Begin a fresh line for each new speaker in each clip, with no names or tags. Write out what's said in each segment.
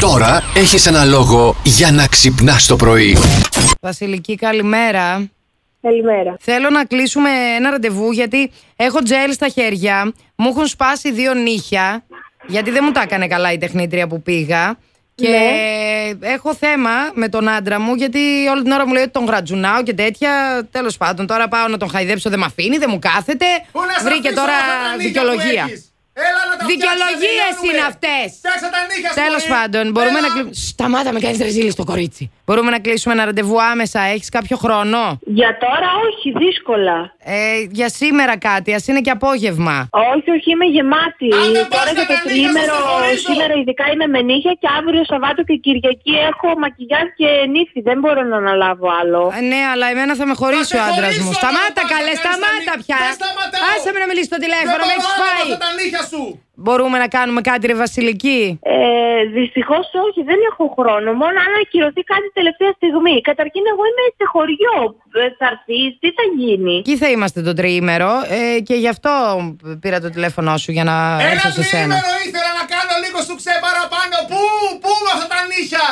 Τώρα έχεις ένα λόγο για να ξυπνάς το πρωί.
Βασιλική, καλημέρα.
Καλημέρα.
Θέλω να κλείσουμε ένα ραντεβού γιατί έχω τζέλ στα χέρια. Μου έχουν σπάσει δύο νύχια. Γιατί δεν μου τα έκανε καλά η τεχνήτρια που πήγα. Και
Ναι.
έχω θέμα με τον άντρα μου γιατί όλη την ώρα μου λέει ότι τον γρατζουνάω και τέτοια. Τέλος πάντων, τώρα πάω να τον χαϊδέψω, δεν με αφήνει, δεν μου κάθεται.
Πού να σε
Βρήκε
αφήσω
τώρα
αυτά τα νύχια
δικαιολογία.
που έχεις. Έλα να τα
Δικαιολογίε είναι αυτές!
Φτιάξα τα νύχια σου.
Τέλο
ε.
πάντων, μπορούμε
Έλα.
να κλείσουμε. Σταμάτα, με κάνεις τρεζίλη στο κορίτσι. Μπορούμε να κλείσουμε ένα ραντεβού άμεσα. Έχεις κάποιο χρόνο.
Για τώρα όχι, δύσκολα.
Ε, για σήμερα κάτι, ας είναι και απόγευμα.
Όχι, όχι, είμαι γεμάτη.
Αν δεν πας
Τώρα για
να
το
τα ανοίξεις,
τριήμερο,
θα σε χωρίσω.
σήμερα ειδικά είμαι με νύχια και αύριο Σαββάτο και Κυριακή έχω μακιγιάζ και νύχη. Δεν μπορώ να αναλάβω άλλο.
Ε, ναι, αλλά εμένα θα με
Θα
χωρίσει
σε
ο άντρας
χωρίσω,
μου.
ρε,
Σταμάτα,
Μάρτα,
καλέ,
κάνεις τα
σταμάτα
νύχια.
πια.
Δεν σταματάω.
Άσε με να μιλήσεις στο τηλέφωνο,
Δεν
με έχει
μπορώ να
φάει.
τα τα νύχια σου.
Μπορούμε να κάνουμε κάτι, ρε Βασιλική.
Ε, Δυστυχώς όχι, δεν έχω χρόνο. Μόνο αν ακυρωθεί κάτι τελευταία στιγμή. Καταρχήν, εγώ είμαι σε χωριό. Ε, θα έρθει, τι θα γίνει.
Εκεί θα είμαστε το τριήμερο ε, και γι' αυτό πήρα το τηλέφωνό σου για να
Ένα
έρθω σε σένα.
τριήμερο ήθελα να κάνω λίγο σου ξέ παραπάνω. Πού, πού με αυτά τα νύχια.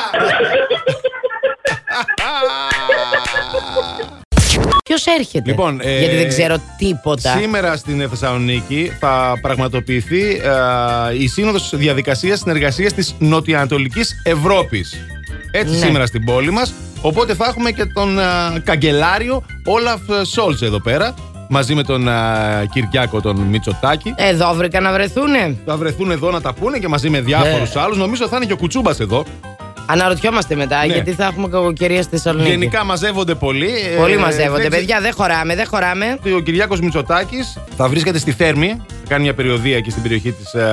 Ποιο έρχεται.
Λοιπόν, ε,
Γιατί δεν ξέρω τίποτα.
Σήμερα στην ε, Θεσσαλονίκη θα πραγματοποιηθεί ε, η Σύνοδος Διαδικασίας Συνεργασίας της Νοτιοανατολικής Ευρώπης. Έτσι
Ναι.
σήμερα στην πόλη μας. Οπότε θα έχουμε και τον ε, καγκελάριο Όλαφ Σόλτ εδώ πέρα. Μαζί με τον ε, Κυριάκο τον Μητσοτάκη.
Εδώ βρήκα να βρεθούνε.
Θα βρεθούν εδώ να τα πούνε και μαζί με διάφορου
Ναι.
άλλους. Νομίζω θα είναι και ο Κουτσούμπας εδώ.
Αναρωτιόμαστε μετά,
Ναι.
γιατί θα έχουμε κακοκαιρία στη Θεσσαλονίκη.
Γενικά μαζεύονται πολλοί. ε,
Ναι, Πολύ
δεν
μαζεύονται,
ξε-
παιδιά. Δεν χωράμε, δεν χωράμε.
ότι ο Κυριάκος Μητσοτάκης θα βρίσκεται στη Θέρμη, θα κάνει μια περιοδία εκεί στην περιοχή της ε,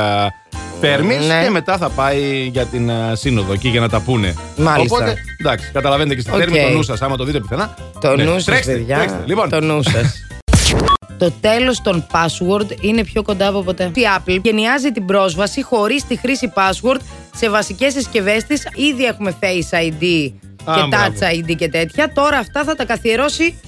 Θέρμης
Ναι.
και μετά θα πάει για την ε, σύνοδο εκεί για να τα πούνε.
Μάλιστα.
Οπότε, εντάξει, καταλαβαίνετε και στη
Οκ.
Θέρμη το νου σας, άμα το δείτε πουθενά.
Το
Ναι,
νου σας,
τρέξτε,
παιδιά.
τρέξτε. Λοιπόν,
Το νου σας. Το τέλος των password είναι πιο κοντά από ποτέ. Η Apple γενιάζει την πρόσβαση χωρίς τη χρήση password σε βασικές συσκευές της. Ήδη έχουμε Face ID
Α,
και
μπράβο.
Touch ID και τέτοια. Τώρα αυτά θα τα καθιερώσει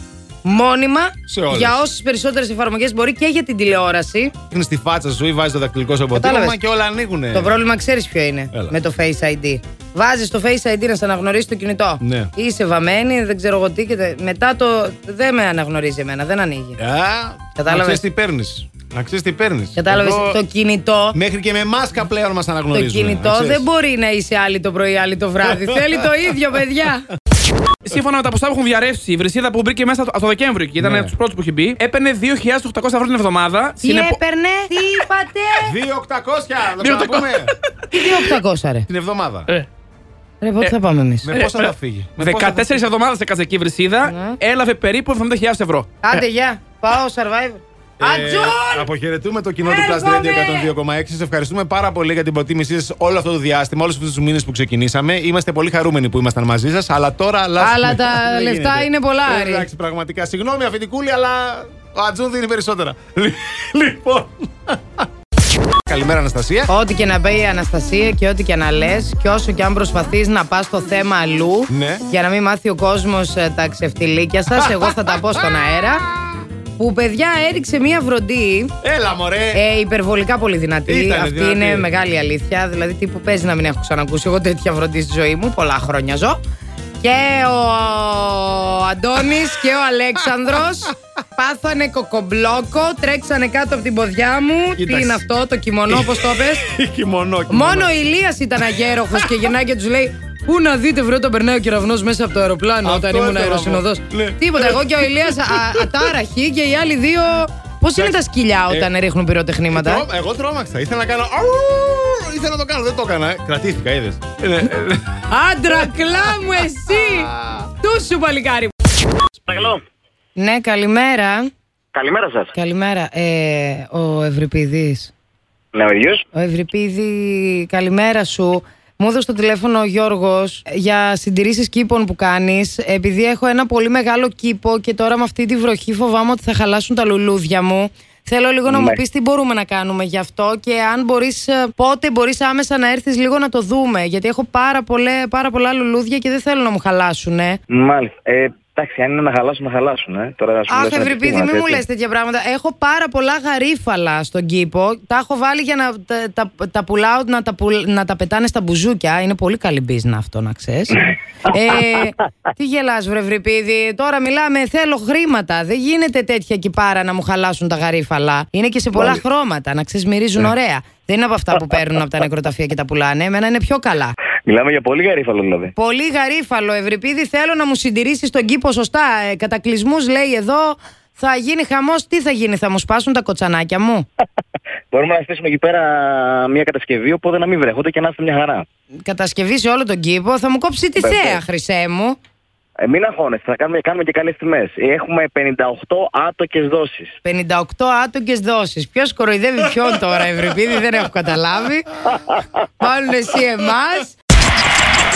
μόνιμα
Σε όλες.
για όσες περισσότερες εφαρμογές μπορεί και για την τηλεόραση.
ρίχνεις τη φάτσα σου ή βάζεις το δακτυλικό σου αποτύπωμα
Κατάλαβες.
και όλα ανοίγουν.
Το πρόβλημα ξέρεις ποιο είναι
Ναι. Έλα.
με το Face ID. Βάζεις το Face ID να σε αναγνωρίσει το κινητό.
Ναι.
Είσαι βαμμένη, δεν ξέρω εγώ τι. Και τε- μετά το. Δεν με αναγνωρίζει εμένα, δεν ανοίγει.
Κατάλαβες. Να
Κατάλαβες.
ξέρεις τι παίρνεις. Να ξέρεις τι παίρνεις.
Κατάλαβες
Εγώ-
το κινητό.
Μέχρι και με μάσκα πλέον μας
Το
αναγνωρίζουν. να
κινητό
ξέρεις.
δεν μπορεί να είσαι άλλη το πρωί, άλλη το βράδυ. Θέλει το ίδιο, παιδιά.
Σύμφωνα με τα ποσά που έχουν διαρρεύσει, η βρυσίδα που μπήκε μέσα από το Δεκέμβριο και ήταν
Ναι.
από του πρώτου που είχε μπει, έπαιρνε 2.800 ευρώ την εβδομάδα.
Τι έπαιρνε, τι είπατε.
2.800, να το
2.800.
ξαναπούμε.
Τι 2.800 ρε.
την εβδομάδα.
Ε,
Ρε, πότε θα πάμε εμείς.
Με πόσα θα φύγει. Με πόσα θα
14 εβδομάδε έκατσε εκεί η βρυσίδα,
Ναι.
έλαβε περίπου 70.000 ευρώ.
Άντε, γεια. Πάω, survivor.
Ε,
Ατζούν!
αποχαιρετούμε το κοινό του Plus
Έρχομαι!
Radio 102,6. Σε ευχαριστούμε πάρα πολύ για την προτίμησή σας όλο αυτό το διάστημα, όλους αυτούς τους μήνες που ξεκινήσαμε. Είμαστε πολύ χαρούμενοι που ήμασταν μαζί σας, αλλά τώρα αλλάζουμε.
Αλλά τα
Δεν
λεφτά
γίνεται.
είναι πολλά,
Ε,
Άρη.
Εντάξει, πραγματικά. Συγγνώμη, αφεντικούλη, αλλά ο Ατζούν δίνει περισσότερα. λοιπόν. Καλημέρα, Αναστασία.
Ό,τι και να πει η Αναστασία και ό,τι και να λες, και όσο και αν προσπαθείς να πας στο θέμα αλλού,
Ναι.
για να μην μάθει ο κόσμος τα ξεφτιλίκια σας, εγώ θα τα πω στον αέρα. Που παιδιά έριξε μία βροντί
Έλα, μωρέ.
ε, υπερβολικά πολύ δυνατή.
Ήτανε
Αυτή
δυνατή.
είναι μεγάλη αλήθεια. Δηλαδή, τι που παίζει να μην έχω ξανακούσει εγώ τέτοια βροντί στη ζωή μου. Πολλά χρόνια ζω. Και ο Αντώνης και ο Αλέξανδρος πάθανε κοκομπλόκο, τρέξανε κάτω από την ποδιά μου.
Κοίταξε.
Τι είναι αυτό, το κιμονό, πώ το πες.
Χειμωνό, χειμωνό.
Ε, Μόνο ο Ηλίας ήταν αγέροχος και γυρνάει και τους λέει Πού να δείτε, βρε, όταν περνάει ο κεραυνός μέσα από το αεροπλάνο
Αυτό
όταν ήμουν
ήθελα να πω.
αεροσυνοδός.
Ναι.
Τίποτα. Εγώ και ο Ηλίας α- ατάραχοι και οι άλλοι δύο. Πώς είναι τα σκυλιά
Ε,
όταν ρίχνουν πυροτεχνήματα.
Τρώμα- Εγώ τρόμαξα. Ήθελα να κάνω. «Αου!» Ήθελα να το κάνω, δεν το έκανα. Ε, Κρατήθηκα, Ε, είδε.
Άντρα, κλά μου εσύ! Του σου παλικάρι.
Παρακαλώ.
Ναι, καλημέρα.
Ε, Καλημέρα σας.
Καλημέρα. Ε, ο Ευρυπίδης.
Ναι, ο ίδιος.
Ο Ευρυπίδη, καλημέρα σου. Μου έδωσε το τηλέφωνο ο Γιώργος για συντηρήσεις κήπων που κάνεις. Επειδή έχω ένα πολύ μεγάλο κήπο και τώρα με αυτή τη βροχή φοβάμαι ότι θα χαλάσουν τα λουλούδια μου. Θέλω λίγο να
Ναι.
μου πεις τι μπορούμε να κάνουμε γι' αυτό και αν μπορείς, πότε μπορείς άμεσα να έρθεις λίγο να το δούμε. Γιατί έχω πάρα, πολλέ, πάρα πολλά λουλούδια και δεν θέλω να μου χαλάσουν.
Μάλιστα. Ε, Εντάξει, αν είναι να χαλάσουν, να χαλάσουν. Ε. Τώρα να σου
Αχ,
λες ένα
Ευρυπίδη,
επιστήμονα,
μην μου
έτσι.
λες τέτοια πράγματα. Έχω πάρα πολλά γαρίφαλα στον κήπο. Τα έχω βάλει για να τα, τα, τα πουλάω, να τα, πουλ- να τα πετάνε στα μπουζούκια. Είναι πολύ καλή μπίζνα αυτό, να ξέρεις. ε, τι γελάς βρε Ευρυπίδη. Τώρα μιλάμε, θέλω χρήματα. Δεν γίνεται τέτοια κυπάρα να μου χαλάσουν τα γαρίφαλα. Είναι και σε πολλά χρώματα, να ξέρεις, μυρίζουν ωραία. Δεν είναι από αυτά που παίρνουν από τα νεκροταφεία και τα πουλάνε. Εμένα είναι πιο καλά.
Μιλάμε για πολύ γαρίφαλο δηλαδή.
Πολύ γαρίφαλο, Ευρυπίδη. Θέλω να μου συντηρήσεις τον κήπο σωστά. Ε, Κατακλυσμούς λέει εδώ. Θα γίνει χαμός. Τι θα γίνει, θα μου σπάσουν τα κοτσανάκια μου.
Μπορούμε να στήσουμε εκεί πέρα μια κατασκευή, οπότε να μην βρέχονται και να είστε μια χαρά.
Κατασκευή σε όλο τον κήπο. Θα μου κόψει τη
Βέβαια.
θέα, χρυσέ μου.
Ε, μην αγχώνεστε, θα κάνουμε, κάνουμε και καλές τιμές. Έχουμε 58 άτοκες δόσεις.
58 άτοκες δόσεις. Ποιος κοροϊδεύει ποιον τώρα, Ευρυπίδη, δεν έχω καταλάβει. Μάλλον εσύ εμάς.